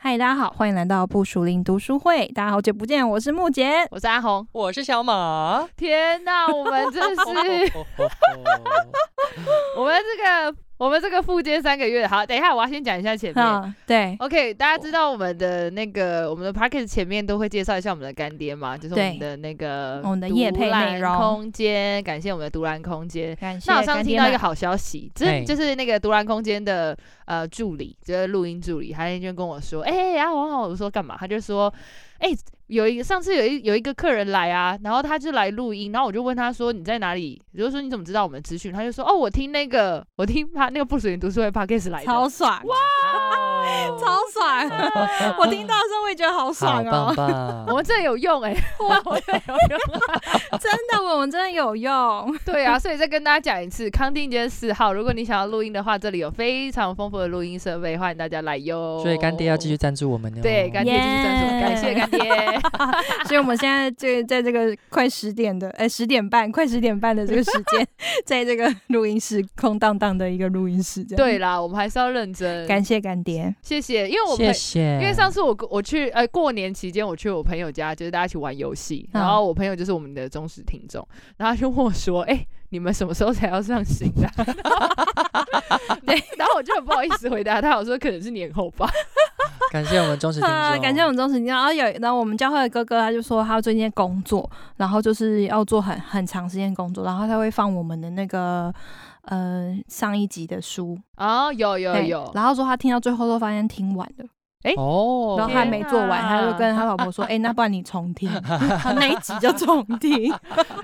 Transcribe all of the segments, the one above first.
嗨，大家好，欢迎来到不熟林读书会。大家好久不见，我是木杰。我是阿红。我是小马。天哪，我们这是 我们这个我们这个复健三个月。好，等一下我要先讲一下前面。啊，对 OK，大家知道我们的那个我们的 p a c k e t 前面都会介绍一下我们的干爹嘛，就是我对们的那个我们的业配内独蓝容空间，感谢我们的独蓝空间。感谢那我上干次爹听到一个们好消息，嘿这就是那个独蓝空间的呃助理，就是录音助理，他那天跟我说，哎、欸，然后王好我说干嘛？他就说，哎、有一个上次有一有一个客人来啊，然后他就来录音，然后我就问他说你在哪里？我就说你怎么知道我们的资讯？他就说哦，我听那个 我听他那个不属于读书会 podcast 来的，超爽，哇，超爽！ 我听到的时候我也觉得好好爽棒哦，棒！我们这有用哎、哇，我这有用。哦真的，我们真的有用。 对啊，所以再跟大家讲一次，康定街四号，如果你想要录音的话，这里有非常丰富的录音设备，欢迎大家来哟。所以干爹要继续赞助我们哦。对，干爹继续赞助，耶感谢干爹。所以我们现在就在这个快十点的，哎，十点半，快十点半的这个时间， 在这个录音室空荡荡的一个录音室，这样对，啦，我们还是要认真，感谢干爹，谢谢，因为我谢们。谢。因为上次我我去呃过年期间我去我朋友家，就是大家一起玩游戏，嗯然后我朋友就是我们的忠实听众，然后他就问我说：“哎、你们什么时候才要上新的、对，然后我就很不好意思回答他，我说可能是年后吧。感谢我们忠实听啊，众，感谢我们忠实听众。然后有，然后我们教会的哥哥他就说他最近在工作，然后就是要做很很长时间工作，然后他会放我们的那个呃上一集的书，哦，有有对有，然后说他听到最后都发现听完了，哦。然后他还没做完，天他哪就跟他老婆说：“哎、那不然你重听， 他那一集就重 听。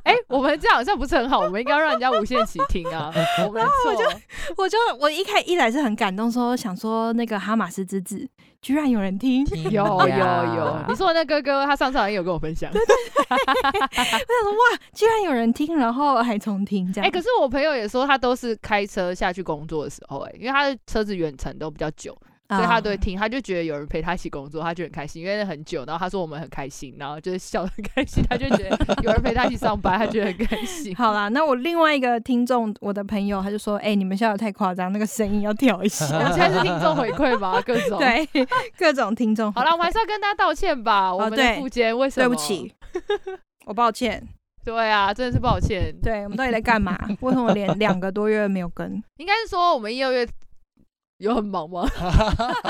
哎、我们这样好像不是很好，我们应该让人家无限期听啊。我们错，我就我一开一来是很感动说想说那个哈马斯之子居然有人听，听有有呀有，你说的那哥哥他上次好像有跟我分享。居然有人听，然后还重听这哎、样。可是我朋友也说他都是开车下去工作的时候、哎，因为他的车子远程都比较久，所以他哦都会听，他就觉得有人陪他一起工作，他就很开心，因为很久。然后他说我们很开心，然后就是笑得很开心，他就觉得有人陪他一起上班，他觉得很开 心。好啦，那我另外一个听众，我的朋友，他就说：“哎、你们笑的太夸张，那个声音要调一我 下。们现在是听众回馈吧，各” 种。对，各种听众，好了，我们还是要跟大家道歉吧，我们哦的对副监为什对么？不，起，我抱歉。对啊，真的是抱歉。对我们到底在干嘛？为什么连两个多月没有更？ 应该是说我们一二月有很忙吗？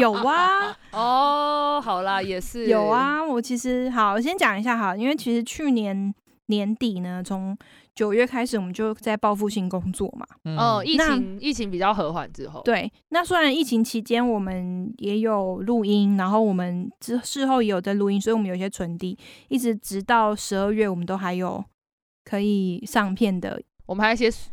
有啊，哦，好啦，也 是有，啊。我其实好，我先讲一下哈，因为其实去年年底呢，从九月开始，我们就在报复性工作嘛。嗯哦，疫那情疫情比较和缓之后，对，那虽然疫情期间我们也有录音，然后我们之事后也有在录音，所以我们有一些存地，一直直到十二月，我们都还有可以上片的，我们还有一些 s-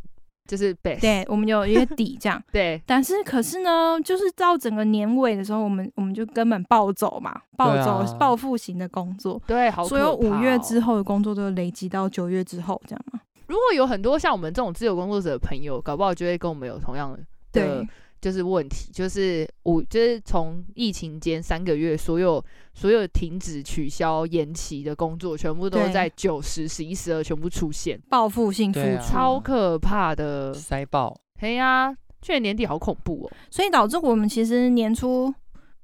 就是 best，对我们有一些底这样。对但是可是呢，就是到整个年尾的时候，我们我们就根本暴走嘛，暴对走、啊暴富型的工作。对好可所怕有哦五月之，后的工作都累积到九月之后，这样嘛？如果有很多像我们这种自由工作者的朋友，搞不好就会跟我们有同样的对，就是问题，就是五就是从疫情间三个月，所有所有停止、取消、延期的工作，全部都对在九十、十一、十二全部出现，报复性付对啊出，超可怕的。塞爆，嘿呀、去年年底好恐怖哦！所以导致我们其实年初，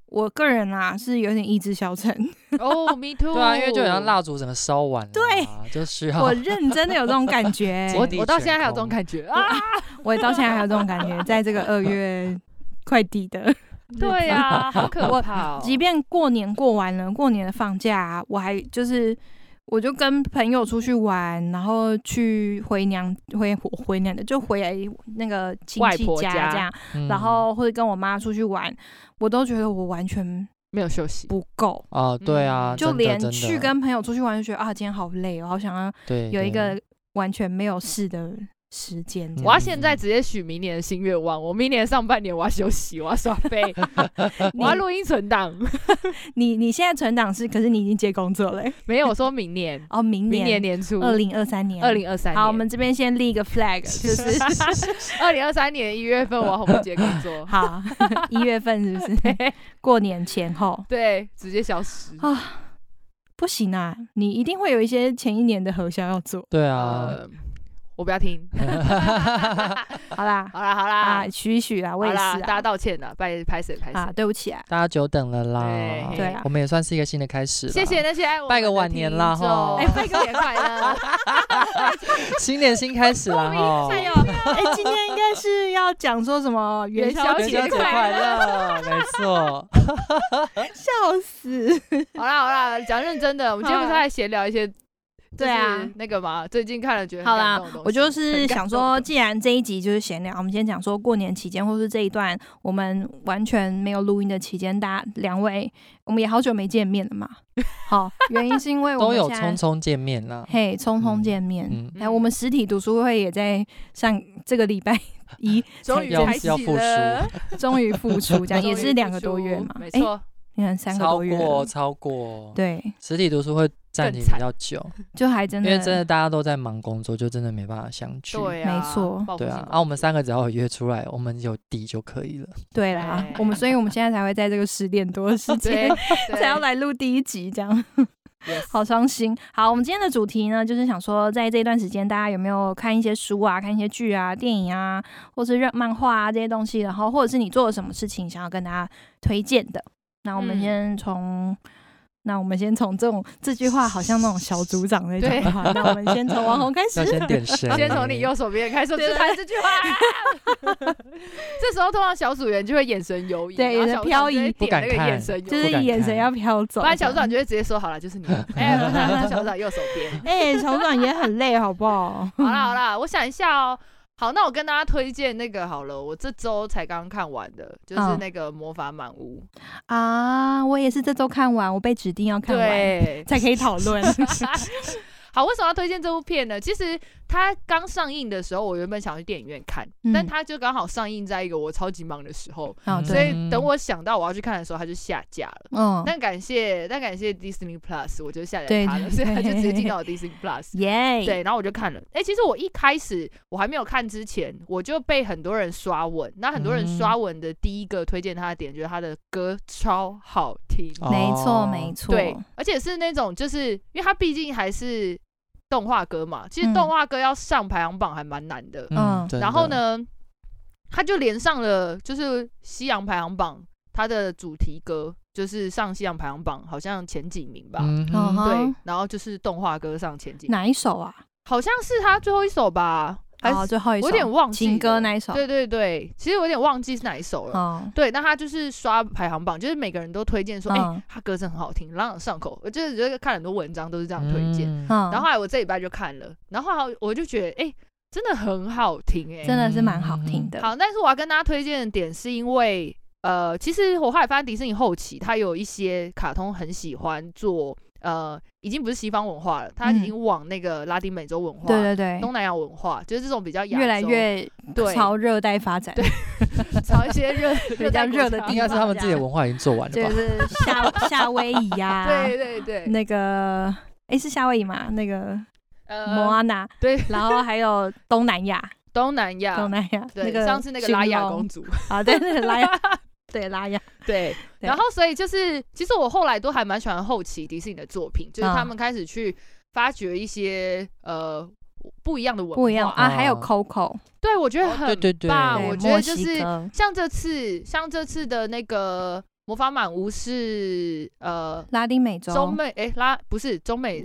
我个人啊是有点意志消沉， 哦、m e too。对啊，因为就好像蜡烛整个烧完了，啊对，就需要，我认真的有这种感觉 我精力我到现在全还有这种空感觉啊！我也到现在还有这种感 觉，在这个二月快底的，对呀、 好可我怕、哦！即便过年过完了，过年的放假啊、我还就是。我就跟朋友出去玩，然后去回娘回回娘的，就回来那个亲外戚婆家这样，嗯然后或者跟我妈出去玩，我都觉得我完全没有休息，不够，哦，对啊，嗯就真的连真的去跟朋友出去玩就觉得啊，今天好累哦，好想要对有一对个完全没有事的时间这嗯我样。要现在直接许明年的新愿望，我明年上半年我要休息，我要耍飞， 嗯我要录音存档。 你你现在存档是，可是你已经接工作了欸、没有，我说明年，哦，明明年年年初，二零二三年，二零二三年。好，我们这边先立一个 flag，就是 二零二三年一月份我要红姐工 作，好一月份是不是？过年前后对，直接消失。啊，不行啊，你一定会有一些前一年的核销要做。对啊，呃，我不要听。呃好啦好啦好啦啊，，许一许啊，我也好是啦，大啊家，道歉啦，拜拍谁拍啊，谁。对不起啊， 大家久等了啦，对对啊我们也算是一个新的开始啦，谢谢那些爱我们的拜个晚年啦听众吼哎，拜个年 快乐！新年新开始啦哈，哎呦哎、今天应该是要讲说什么元宵宵元节宵节哎快乐， 没 错，笑死！ 好啦好啦，讲认真的，我们今天不是还闲聊一些，嗯对啊，那个嘛，最近看了觉得很好感啦动的东，西我就是很感想动说，的既然这一集就是闲聊，我们先讲说过年期间，或是这一段我们完全没有录音的期间，大家两位我们也好久没见面 了嘛。好，原因是因为我都们有现在匆匆见面 啦，嘿匆匆见面。嗯，哎，我们实体读书会也在上这个礼拜 一终于要开始要复了，终于复出，这样也终于是两个复多月出嘛，没哎，错，你看三个超多月过了，超过，对，实体读书会暂停更惨比较久，就还真因的为真的大家都在忙工作，就真的没办法相聚。对啊，没错报复对性啊报，复啊，我们三个只要有约出来，我们有底就可以了。对啦哎，我们所以我们现在才会在这个十点多的时 对间 才要，来录第一集，这样对 yes 好伤心。好，我们今天的主题呢，就是想说，在这段时间，大家有没有看一些书啊、看一些剧啊、电影啊，或是热漫画啊这些东西，然后或者是你做了什么事情想要跟大家推荐的？那我们嗯先从。那我们先从这种这句话好像那种小组长在对？讲话，那我们先从王红开始 要。先点谁先从你右手边开始，说对只对谈这句 话。啊这时候通常小组员就会眼神游移，对然后有点小组飘长就移会不点敢那个眼看神游移，就是不敢眼神看要飘走，不然小组这样长就会直接说好了， 就是你，哎，不谈小组长右手边。哎、小组长也很累，好不 好？ 好啦好啦，我想一下哦。好，那我跟大家推荐那个好了，我这周才刚看完的，就是嗯那个《魔法满屋啊，我也是这周看完，我被指定要》。看完 对，才可以讨论。好，为什么要推荐这部片呢？其实它刚上映的时候，我原本想要去电影院看，嗯但它就刚好上映在一个我超级忙的时候，哦，所对，以等我想到我要去看的时候，它就下架了。嗯，但感谢，但感谢 Disney Plus，我就下载对它对了，所以它就直接对进到我 Disney Plus。耶，对，然后我就看了。哎、其实我一开始我还没有看之前，我就被很多人刷文。那很多人嗯刷文的第一个推荐他的点，就是他的歌超好听。哦没错没错，对，而且是那种就是因为它毕竟还是动画歌嘛，其实动嗯画歌要上排行榜还蛮难的。嗯真的然后呢，他就连上了就是西洋排行榜，它的主题歌就是上西洋排行榜好像前几名吧。嗯哼嗯对哼，，然后就是动画歌上前几名，哪一首啊？好像是他最后一首吧，还是、哦，最后一我首，有点忘记情歌了那一首，对对对，其实我有点忘记是哪一首了。哦，对，那他就是刷排行榜，就是每个人都推荐说，哎、嗯他歌真很好听，朗朗上口。我就是觉得看很多文章都是这样推荐，嗯嗯，然后后来我这礼拜就看了，然后后来我就觉得，哎、真的很好听、哎，真的是蛮好听的，好，但是我要跟大家推荐的点是因为，呃，其实我后来发现迪士尼后期它有一些卡通很喜欢做，呃，已经不是西方文化了，它已嗯经往那个拉丁美洲文化、对对对，东南亚文化，就是这种比较亚越来洲越对朝热带发展，对朝一些 热热比带较国热的家应该是他们自己的文化已经做完了就吧？是夏 夏威夷呀，对，对对，啊那个。诶，是夏威夷嘛？那个摩啊呃，阿娜，对，然后还有东南 亚，东南亚，东南亚，对，那个上次那个拉雅寻龙公主，啊，对对拉雅，对拉 雅，对，对然后所以就是，其实我后来都还蛮喜欢后期迪士尼的作品，就是嗯他们开始去发掘一些呃不一样的文化，不一样啊，哦还有 Coco，对我觉得对很对对，棒对啊我觉墨得就西是哥像这次，像这次的那个魔法满屋是呃拉丁美洲、中美诶拉不是中美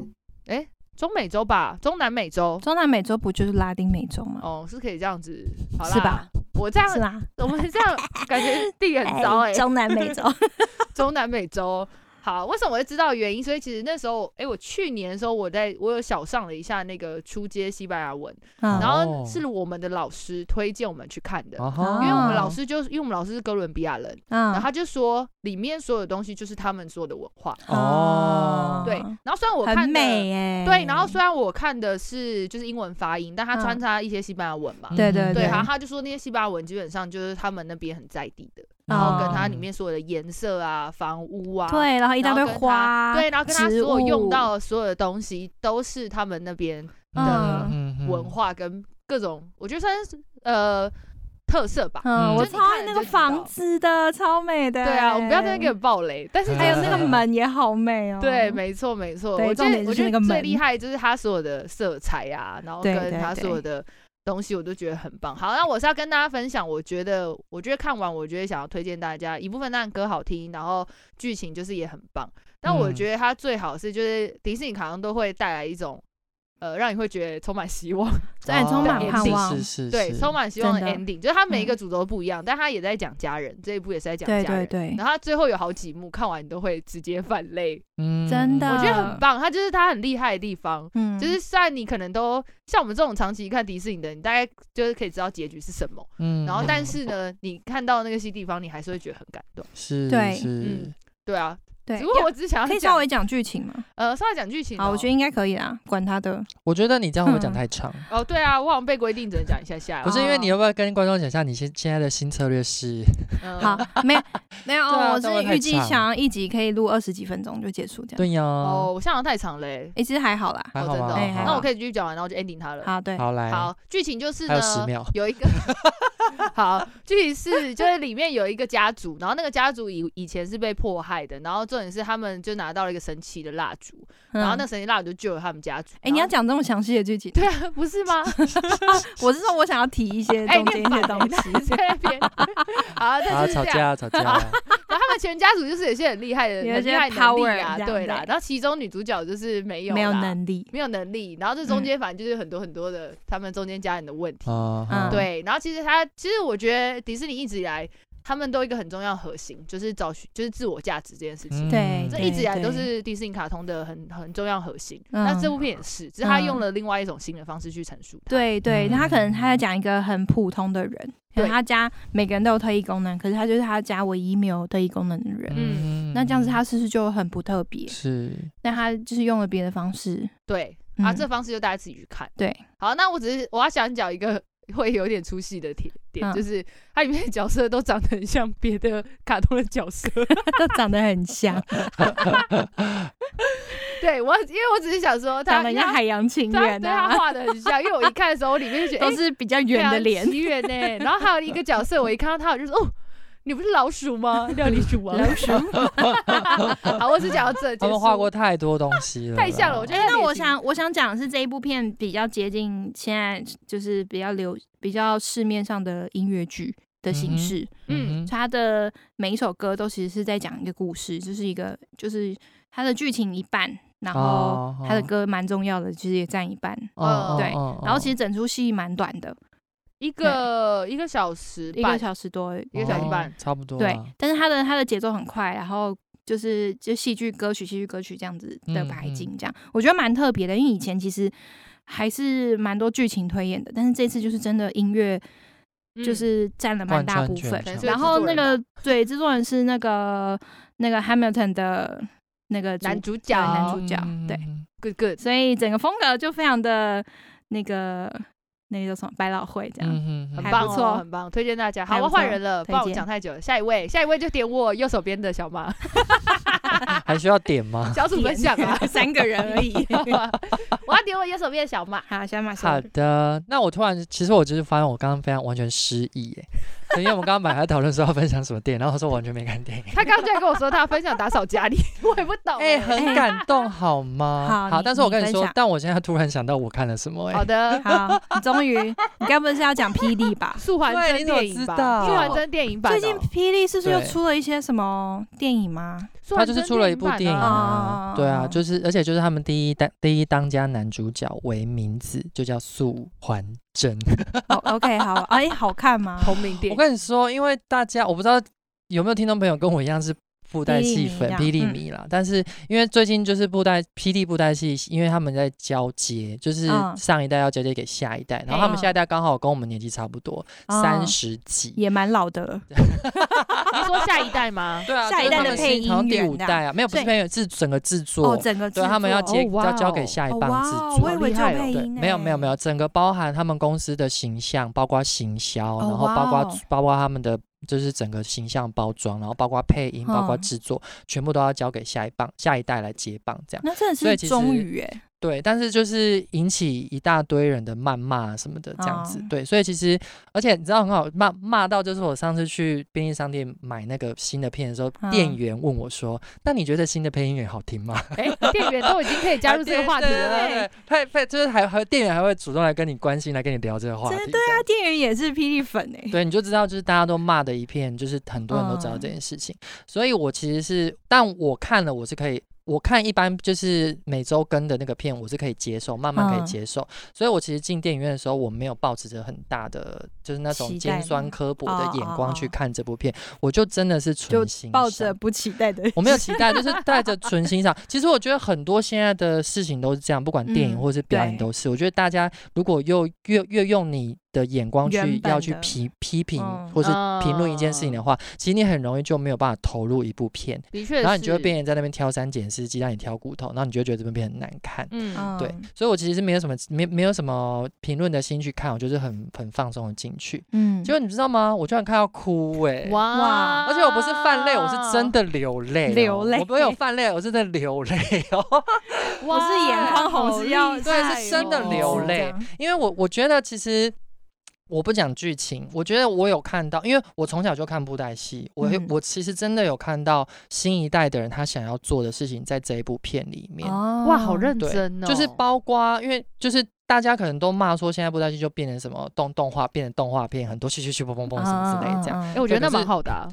诶中美洲吧，中南美洲中南美洲不就是拉丁美洲吗？哦是可以这样子，好啦是吧？我这样是啦，哎我们这样 感觉地很糟欸诶。中南美 洲，中南美洲。好，为什么我会知道原因？所以其实那时候，哎、我去年的时候，我在我有小上了一下那个初阶西班牙文，嗯然后哦是我们的老师推荐我们去看的，哦因为我们哦老师就是因为我们老师是哥伦比亚人，然嗯后他就说里面所有东西就是他们说的文化，哦对。然后虽然我很看的美欸耶，对，然后虽然我看的是就是英文发音，但他嗯穿插一些西班牙文嘛。嗯对对对，然后啊，他就说那些西班牙文基本上就是他们那边很在地的，然然后跟它他里面所有的颜色啊、房屋啊，嗯对，然后一大堆然后跟他花，对，然啊后跟他所有用到植物，的所有的东西都是他们那边嗯文化跟各种，我觉得算是呃特色吧。嗯，嗯我就你超看爱了那就个知道房子的，超美的欸。对啊，我们不要在那边给暴雷，但是嗯还有那个门也好美哦。对，没错没错，对我觉重点得就我是觉那个得最门厉害就是它所有的色彩啊，然后对跟对它所有的东西，我都觉得很棒。好，那我是要跟大家分享，我觉得我觉得看完，我觉得想要推荐大家一部分，当然歌好听，然后剧情就是也很棒。但我嗯觉得它最好是就是迪士尼好像都会带来一种。呃，让你会觉得充满希望，对，哎充满对盼是望哦是。是，对，充满希望的真的 ending，就是它每一个嗯主轴不一样，但它也在讲家人，这一部也是在讲家对对人。对然，后它最后有好几幕，看完你都会直接 泛泪，嗯真的我觉得很棒，它就是它很厉害的地方。嗯，就是虽然你可能都像我们这种长期看迪士尼的，你大概就是可以知道结局是什么，嗯然后但是呢，你看到那个些地方，你还是会觉得很感动。是对是嗯，对啊，对只不，过我只是想可要以稍讲微，讲剧情吗？呃，稍微讲剧情哦。好，我觉得应该可以啦，管他的。我觉得你这样会不会嗯讲太长。哦，对啊，我好像被规定只能讲一下下。不是因为哦你要不要跟观众讲一下你现现在的新策略是？嗯好，没有没 有，对啊我这样是会太预计长想要一集可以录二十几分钟就结束这样。对呀，哦，我想想太长嘞，诶，其实还好啦。还哦好真的吗哦哎还？那我好可以继续讲完，然后就 ending 它了。好，对，好来，好，剧情就是还呢有，十 秒，有一个好，剧情是就是里面有一个家族，然后那个家族以以前是被迫害的，然后重点是他们就拿到了一个神奇的蜡烛，然后嗯，那哎神奇蜡烛就救了他们家族。诶，你要然后讲这么详细的剧情？对啊，不是 吗？我是说我想要提一些哎中间一些东西。在那 边好，好但是吵这样。架吵 架，然后他们全家族就是有些很厉害的，有一很厉些害的能力 power 啊，这样对啦对。然后其中女主角就是没有没有啦能力，嗯没有能力，然后这中间反正就是很多很多的他们中间家人的问题。嗯嗯，对，然后其实他其实我觉得迪士尼一直以来他们都有一个很重要的核心，就是找寻就是自我价值这件事情。嗯对，这对一直以来都对是迪士尼卡通的很很重要的核心，嗯那这部片也是，只是他嗯用了另外一种新的方式去陈述它。对对，他可能嗯他在讲一个很普通的人，可对能他家每个人都有特异功能，可是他就是他家唯一没有特异功能的人。嗯那这样子他是不是就很不特别？是那他就是用了别的方式， 对，啊，嗯这方式就大家自己去看。对，好，那我只是我要想讲一个会有点出戏的点点，嗯就是它里面的角色都长得很像别的卡通的角色。 都长得很像，对我，因为我只是想说他长得像海洋情他缘对他啊，哎画的很像，因为我一看的时候，我里面就觉得 都诶是比较啊圆的脸。奇缘呢。然后还有一个角色，我一看到他，我就说哦。你不是老鼠吗？料理鼠王。老鼠。好，我只讲到这。结他们束画过太多东西了啦，啊太像了我觉得哎，那我想我想讲的是这一部片比较接近现在就是比较流比较市面上的音乐剧的嗯形哼式，嗯哼他的每一首歌都其实是在讲一个故事，就是一个就是他的剧情一半，然后哦他的哦歌蛮重要的，其实也占一半。哦对哦哦然后其实整出戏蛮短的，一个一个小时一半个，小时多，一个小时哦半差不多对啦，但是他的他的节奏很快，然后。就是就戏剧歌曲、戏剧歌曲这样子的嗯排嗯进，这样、我觉得蛮特别的。因为以前其实还是蛮多剧情推演的，但是这次就是真的音乐嗯就是占了蛮贯大穿部全分。场所以然制后作那人个吧对制作人是那个那个 Hamilton 的那个主男主对角男主角，对，嗯 good good，所以整个风格就非常的那个那个叫什么百老汇这样。嗯嗯很还棒不哦，错很棒，推荐大家。好，还不我换错人了，推不然我荐讲太久了。下一位，下一位就点我右手边的小马 还需要点吗？小鼠分享啊。 三个人 而已。我要点我右手边的小马。好，小马上好的，那我突然，其实我就是发现我刚刚非常完全失忆耶， 因为我们刚刚本来在讨论说要分享什么电影，然后我说我完全没看电影，他刚刚就跟我说他分享打扫家里，我也不懂哎、欸。很感动哎好吗？好你但是我你跟你分说享，但我现在突然想到我看了什么、哎，好的，？好，你终于，你该不是要讲霹雳 吧素还对真你怎么电影知版，道素还真电影版哦。最近霹雳是不是又对出了一些什么电影吗？素他还就真是出了一部电影版啊哦啊哦哦，对哦啊，就是而且就是他们第一当第一当家男主角为名字就叫素还真。哦、o k 好，哎、好看吗？同名电我影。跟你说，因为大家我不知道有没有听众朋友跟我一样是布袋戏粉、霹雳迷霹雳啊迷啦，但是因为最近就是布袋霹雳布袋戏，因为他们在交接，就是嗯上一代要交接给下一代，然后他们嗯下一代刚好跟我们年纪差不多，哦三十几。也蛮老的了，你说下一代 吗？对啊，下一就代是他的们配是好像音第员五的啊代啊，没有不所是以配音员，是整个制哦，作，整个对他们要接、哦哇要交给哦下一哦棒制哇，作。哦我以为只有配音、欸呢。没有没有没有，整个包含他们公司的形象，包括行销，哦然后包哇括哦包括他们的就是整个形象包装，然后包括配音，包括嗯制作，全部都要交给下一棒下一代来接棒这样。那真的所以是其实终于哎，对，但是就是引起一大堆人的谩骂什么的这样子，哦对，所以其实而且你知道很好骂骂到，就是我上次去便利商店买那个新的片的时候，嗯店员问我说：“那你觉得新的配音员好听吗哎、店员都已经可以加入这个话题对对哎对了，对配配就是还还店员还会主动来跟你关心，来跟你聊这个话题真的，啊这样他店员也是霹雳粉哎、对，你就知道，就是大家都骂的一片，就是很多人都知道这件事嗯情。所以我其实是，但我看了，我是可以，我看一般就是每周更的那个片，我是可以接受，慢慢可嗯以接受。所以我其实进电影院的时候，我没有抱持着很大的就是那期种待尖酸吗刻薄的眼光去哦哦哦看这部片，我就真的是就纯 欣抱赏着不期待的，我没有期待，就是带着纯 欣赏。其实我觉得很多现在的事情都是这样，不管电影嗯或是表演对都是。我觉得大家如果又越越用你的眼光原去本要去的批批评嗯或是评论一件事情的话，其实你很容易就没有办法投入一部片，哦的确是，然后你就会变成在那边挑三拣四，鸡蛋里挑骨头，然后你就会觉得这部片很难看。嗯，对，所以我其实是没有什么没没有什么评论的心去看，我就是很很放松的进去。嗯，结果你知道吗？我居然看到哭哎、哇而且我不是泛泪，我是真的流泪哦、流泪我没有泛泪，我是在流泪哦。 哇，不是眼眶红是要好厉对是害真的哦流泪因为我我觉得其实我不讲剧情，我觉得我有看到，因为我从小就看布袋戏，我、嗯我其实真的有看到新一代的人他想要做的事情，在这一部片里面。哦哇，好认对真哦，就是包括，因为就是大家可能都骂说，现在布袋戏就变成什么动动画，变成动画片，很多咻咻咻嘣嘣嘣什么之类这样。哎、样我觉得对那可是蛮好的啊、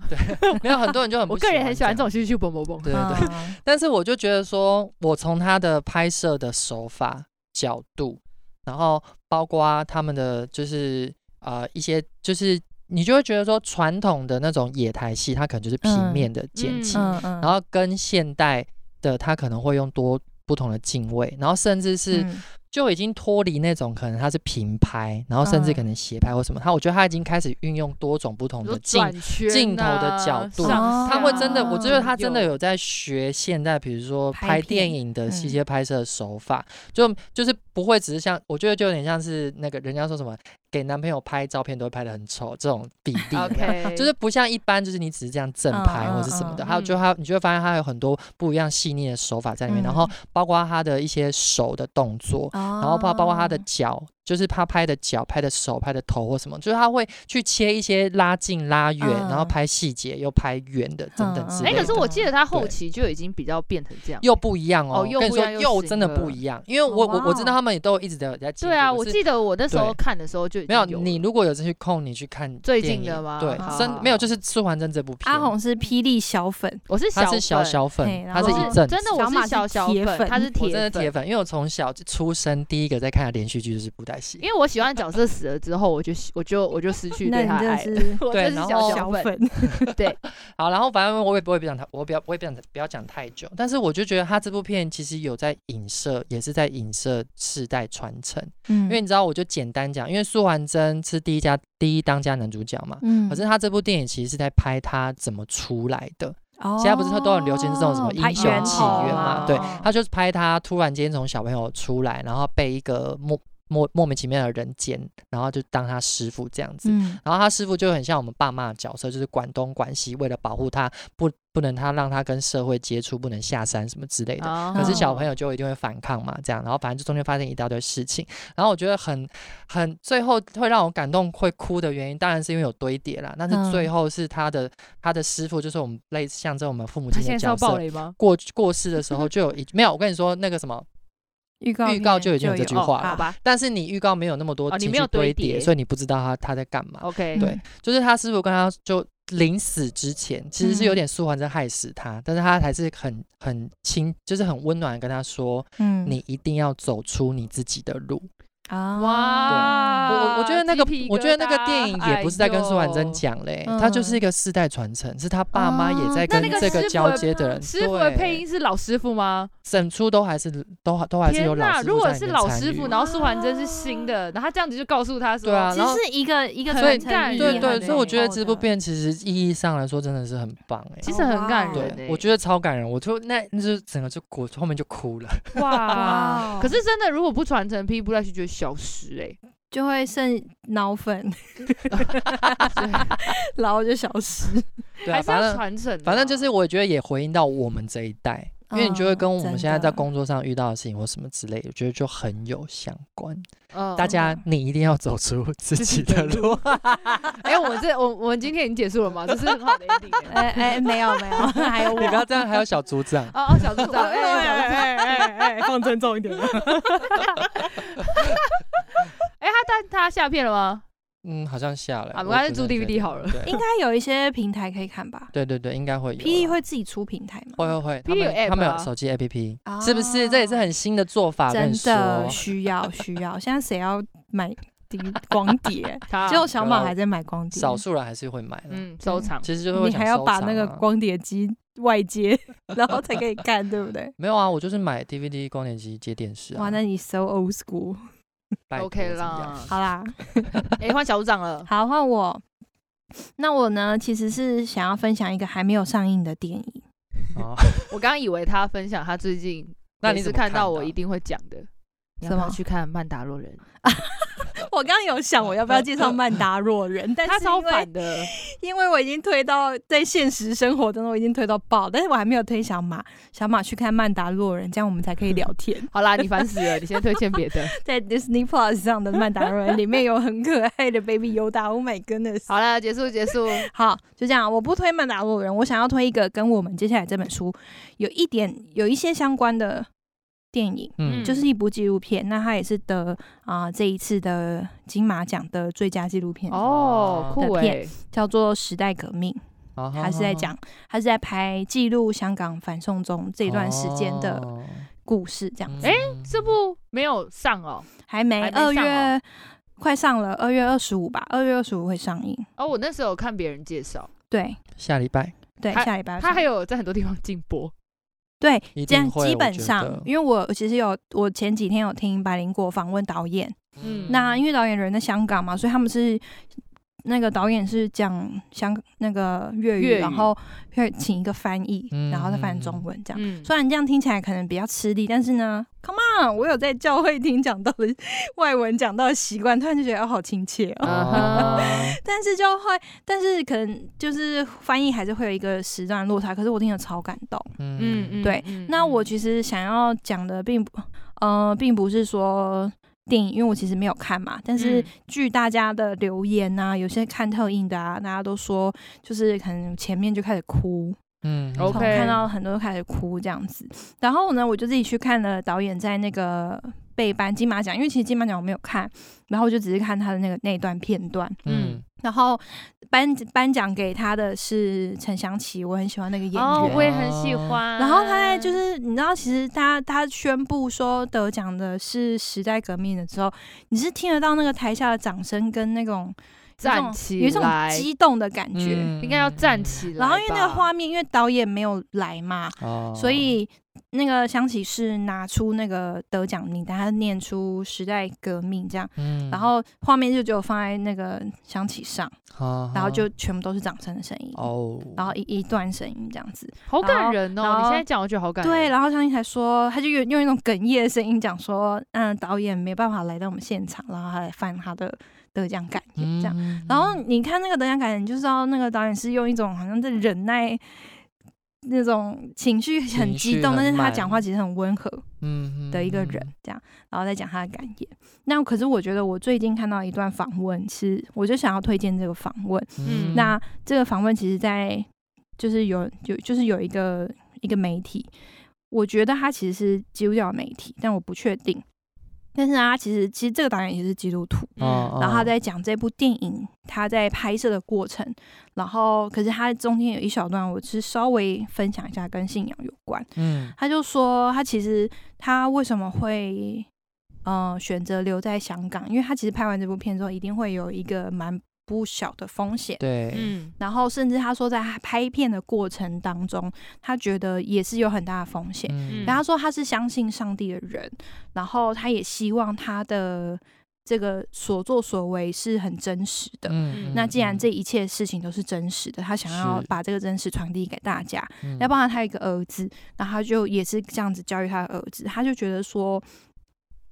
没有很多人就很不我个人很喜欢这样种嗯咻咻嘣嘣嘣，嗯对对对，但是我就觉得说，我从他的拍摄的手法、角度，然后包括他们的就是呃一些就是你就会觉得说，传统的那种野台戏，它可能就是平嗯面的剪辑， 嗯嗯，然后跟现代的它可能会用多不同的镜位，然后甚至是嗯就已经脱离那种可能它是平拍，然后甚至嗯可能斜拍或什么，它我觉得它已经开始运用多种不同有的镜转圈镜头的啊哦角度上他会真的，啊我觉得他真的有有在学现在，比如说拍拍片电影的嗯一些拍摄手法，就就是不会只是像，我觉得就有点像是那个人家说什么给男朋友拍照片都会拍的很丑这种比例下 OK， 就是不像一般就是你只是这样正拍嗯或是什么的，嗯嗯还有就他你就会发现他有很多不一样细腻的手法在里面，然嗯后包括他的一些手的动作，然然后包包括哦他的脚，就是他拍的脚、拍的手、拍的头或什么，就是他会去切一些拉近、拉远，然后嗯拍细节又拍远的等等嗯之哎、类的。可是我记得他后对期就已经比较变成这样，又不一样哦，哦又跟你不一说样又又新真的不了一样，因为我、我我知哇道哦他们也都一直在有在进步。对啊，可我是记得我那时候对看的时候就已没经有有你，如果有次去空，你去看最电近的影吗对好，真好没有，好就是《吃完真》这部片，阿红是霹雳小粉，我是他小是小粉小嘿粉，他然是后一是阵子真的小我马是是小小铁粉他是我真的铁铁粉。粉，因为我从小就出生第一个在看的连续剧就是布袋戏因。为我喜欢的角色死了之后，我就我就我就失去那对你他的真的爱了。是 我对真是然后小小粉，粉， 好，然后反正我也不会不讲太，我不要我也不想不要讲太久，但是我就觉得他这部片其实有在影射，也是在影射世代传承。因因为你知道，我就简单讲，因为苏完真是第一家第一当家男主角嘛。嗯可是他这部电影其实是在拍他怎么出来的，现在不是都很流行这种什么哦英拍雄源起头哦源嘛？嘛对，他就是拍他突然间从小朋友出来，然后被一个莫莫莫名其妙的人捡，然后就当他师傅这样子。嗯然后他师傅就很像我们爸妈的角色，就是管东管西，为了保护他，不不能他让他跟社会接触，不能下山什么之类的。哦可是小朋友就一定会反抗嘛，这样，然后反正就中间发生一大堆事情，然后我觉得很很最后会让我感动会哭的原因，当然是因为有堆叠啦，但嗯是最后是他的、他的师傅就是我们类似象征我们父母他亲现在的是角要爆色，雷吗？过过世的时候就有一没有，我跟你说那个什么预告预告片就已经有这句哦话了好吧但是你预告没有那么多哦你情没有绪堆堆叠叠，所以你不知道他他在干嘛。 ，OK，对，就是他师傅跟他就临死之前，其实是有嗯点苏环真害死他，但是他还是很很亲，就是很温暖地跟他说，嗯你一定要走出你自己的路。啊哇，我我觉得那个啊鸡皮疙瘩哎我觉得那个电影也不是在跟苏环真，讲嘞、嗯他就是一个世代传承，是他爸妈也在哎跟呦那那这个个交接的人，师傅的师傅的对配音是老师傅吗？整出都还是都都还是有天老师如傅果在里面参与。是老师傅，然后苏环真是新的，然后他这样子就告诉他说，对啊，其然后实是一个一个很传承感意义人对很对，耶所以我觉得厚这部的片其实意义上来说真的是很棒哎、其实很感人欸，对，我觉得超感人，我就那那就整个就哭，后面就哭了。得哇。哦哇，可是真的，如果不传承 P 不赖，就觉得消失 哎、就会剩脑粉，对然后就消失。对还啊，是反要正传承啊。反正就是我觉得也回应到我们这一代，因为你就会嗯跟我们真现在在的工作上遇到的事情或什么之类的，我觉得就很有相关。嗯大家，你一定要走出自己的路。 哎、我们这我我们今天已经结束了吗？这是很好的 ending 欸。，哎哎，没有没有，还有我你不要这样，还有小组长 哦哦，小组长，哎、小组长，哎，放尊重一点。哎、他但他下片了吗？嗯，好像下了。啊没我关也系不是租很确 DVD 定好了应对该有一些平台可以看吧？对对对，应该会有啦。霹雳会自己出平台吗？啊会会会，他 PD 有们他们 app 啊有手机 APP，是不是？这也是很新的做法。跟啊真你的说需要需要。现在谁要买碟光碟？他只有小马还在买光碟，啊少数人还是会买的。嗯收藏。其实就会你想还要收把藏那个啊光碟机外接， 然后才可以看，对不 对？没有啊，我就是买 DVD 光碟机接电视啊。哇，那你 so old school。拜托 OK 怎么样啦，好啦，哎，换小组长了。好换我。那我呢，其实是想要分享一个还没有上映的电影。 哦 我刚刚以为他分享他最 近，那每你次怎么看到的我一定会讲的。你要什不要么去看《曼达洛人》？我刚刚有想我要不要介 绍曼达洛人，但 他是超因为反的，因为我已经推到在现实生活当中我已经推到爆，但是我还没有推小马，小马去看《曼达洛人》，这样我们才可以聊天。 好啦，你烦死了，你先推荐 别的。在 Disney Plus 上的《曼达洛人》里面有很可爱的 Baby Yoda，Oh my goodness！好了，结束结 束。好，就这样，我不推《曼达洛人》，我想要推一个跟我们接下来这本书有一点有一些相关的电影。嗯，就是一部纪录片，那它也是得啊、这一次的金马奖的最佳纪录片，哦，的酷哎片，叫做《时代革命》。啊哈他是在讲，他是在拍记录香港反送中这段时间的哦故事，这样子。哎嗯这部没有上哦。还没还没上二哦月快上了，二月二十五吧，二月二十五会上映。哦，我那时候有看别人介绍，对下礼拜对，它下礼拜要他上还有在很多地方禁播。对一这样定会基我本觉上得，因为我其实有我前几天有听百灵果访问导演，嗯那因为导演人在香港嘛，所以他们是。那个导演是讲香那个粤语，粤语然后会请一个翻译，嗯然后再翻中文这样。嗯，虽然这样听起来可能比较吃力，但是呢，Come on，我有在教会听讲到的 外文讲到的习惯，突然就觉得哦，好亲切哦。 啊但是就会，但是可能就是翻译还是会有一个时段落差。可是我听得超感动。嗯嗯，对，那我其实想要讲的并不，呃，并不是说电影，因为我其实没有看嘛。但是嗯据大家的留言啊，有些看特映的啊，大家都说就是可能前面就开始哭，嗯从 OK 看到很多都开始哭这样子。然后呢，我就自己去看了导演在那个背班金马奖，因为其实金马奖我没有看，然后我就只是看他的那个那一段片段。嗯然后颁颁奖给他的是陈翔琪，我很喜欢那个演员。哦，我也很喜欢。然后他在就是你知道，其实他他宣布说得奖的是时代革命的时候，你是听得到那个台下的掌声跟那种有一种站起有一种来激动的感觉。嗯嗯应该要站，起来吧。嗯然后因为那个画面，因为导演没有来嘛，哦所以那个香琪是拿出那个得奖名单，他念出时代革命这样，嗯然后画面就只有放在那个香琪上，哦啊然后哈就全部都是掌声的声音，哦，然后一一段声音这样子。好然后感人然哦！后你现在讲，我觉得好感人。对，然后香琪才说，他就用用一种哽咽的声音讲说，嗯，导演没办法来到我们现场，然后他来翻他的得奖感言这样。嗯然后你看那个得奖感言，你就知道那个导演是用一种好像在忍耐。那种情绪很情激绪动，但是很他满讲话其实很温和嗯的一个人，这样，然后再讲他的感言。那可是我觉得我最近看到一段访问是，我就想要推荐这个访问。嗯那这个访问其实在，就是有有就是有一个一个媒体，我觉得他其实是基督教的媒体，但我不确定。但是呢他其实其实这个导演也是基督徒，哦嗯，然后他在讲这部电影他在拍摄的过程，然后可是他中间有一小段，我是稍微分享一下跟信仰有关。嗯他就说他其实他为什么会呃选择留在香港，因为他其实拍完这部片之后一定会有一个蛮不小的风险。对嗯然后甚至他说，在他拍片的过程当中，他觉得也是有很大的风险。嗯然后他说他是相信上帝的人，然后他也希望他的这个所作所为是很真实的。嗯那既然这一切事情都是真实的，他想要是把这个真实传递给大家。嗯要不然他有一个儿子，然后他就也是这样子教育他的儿子，他就觉得说，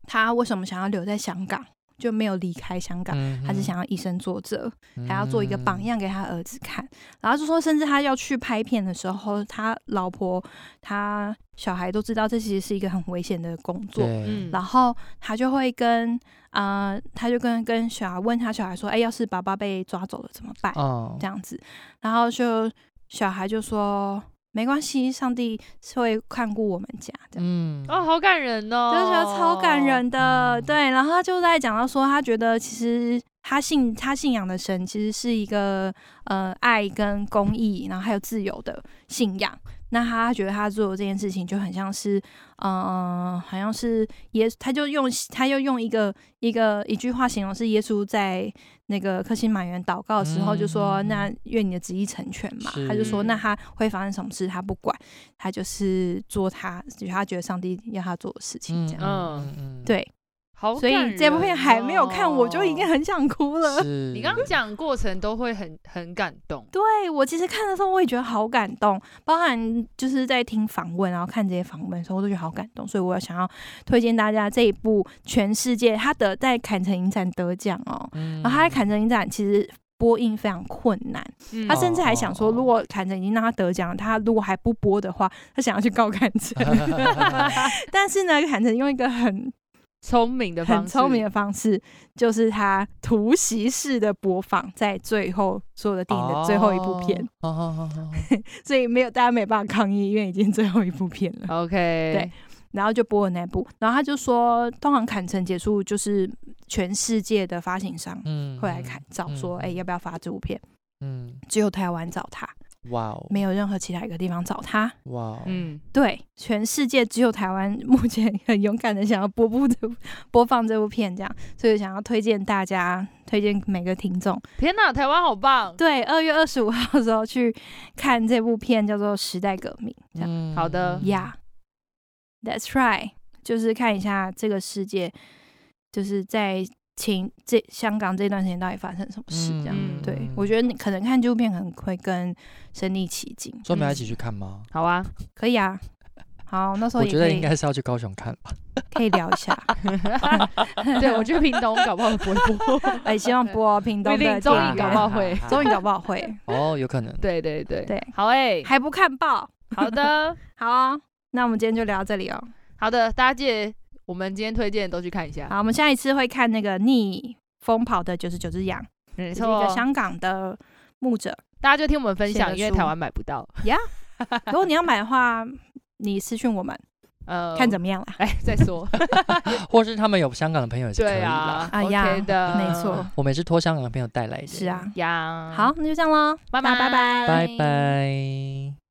他为什么想要留在香港？就没有离开香港，嗯他是想要以身作则，还要做一个榜样给他儿子看。然后就说，甚至他要去拍片的时候，他老婆、他小孩都知道这其实是一个很危险的工作。嗯嗯，然后他就会跟呃，他就跟跟小孩问他小孩说：“哎，要是爸爸被抓走了怎么办？”对，哦这样子，然后就小孩就说：“没关系，上帝是会看顾我们家的。”嗯哦，好感人哦，就觉得超感人的，嗯对。然后他就在讲到说，他觉得其实他信他信仰的神其实是一个呃爱跟公益，然后还有自由的信仰。那他觉得他做的这件事情就很像是，呃，好像是耶，他就用他又用一个一个一句话形容是耶稣在那个克西满园祷告的时候就说：“嗯嗯嗯那愿你的旨意成全嘛。”是他就说：“嗯那他会发生什么事他不管，他就是做他，就是他觉得上帝要他做的事情，这样。嗯嗯，对，好所感人哦，哦以这部片还没有看，我就已哦经很想哭了。是你刚刚讲过程都会很很感动，对我其实看的时候，我也觉得好感动，包含就是在听访问，然后看这些访问的时候，我都觉得好感动。所以我想要推荐大家这一部，全世界他得在坎城影展得奖哦，嗯，然后他 在坎城影展其实。播映非常困难，嗯他甚至还想说，哦如果坎城已经让他得奖了，他如果还不播的话，他想要去告坎城。 但是呢，坎城用一个很哦聪明的方式，很聪明的方式，就是他突袭式的播放在最后所有的电影的最后一部片，哦，好好好好所以没有大家没办法抗议，因为已经最后一部片了。 OK，对，然后就播了那部，然后他就说，通常砍成结束就是全世界的发行商嗯，会来砍找说，嗯哎、要不要发这部片？嗯，只有台湾找他，哇哦，没有任何其他一个地方找他。哇哦，嗯，对，全世界只有台湾 目前很勇敢的想要播部这部播放这部片，这样，所以想要推荐大家，推荐每个听众，天哪，台湾好棒，对，二月二十五号的时候去看这部片，叫做《时代革命》，这样嗯好的呀、Yeah，That's right，就是看一下这个世界，就是在情这香港这段时间到底发生什么事，这样。嗯对，我觉得你可能看这部片可能会更身临其境，所以我们要一起去看吗？好啊，可以啊。好，那时候我也觉可得应以该是要去高雄看吧。可以聊一 下。对我觉得屏东搞不好不会播， 哎，希望播屏不一东定的综电艺影搞不好 会，综啊艺搞不好会，哦，有可能。对对对对，好哎，还不看报。好的好啊，那我们今天就聊到这里哦。好的，大家记得我们今天推荐的都去看一下，好，我们下一次会看那个逆风跑的九十九只羊，没也是一错个，香港的牧 者。大家就听我们分写享，的因为书台湾买不到，如果你要买的话，你私讯我们呃，看怎么样啦。哎 再说，或是他们有香港的朋友也是可以对啦啊。哎呀，OK 的，没错，我们也是托香港的朋友带来的。是，啊，呀，好，，那就这样喽，嗯拜大家拜拜拜，拜拜。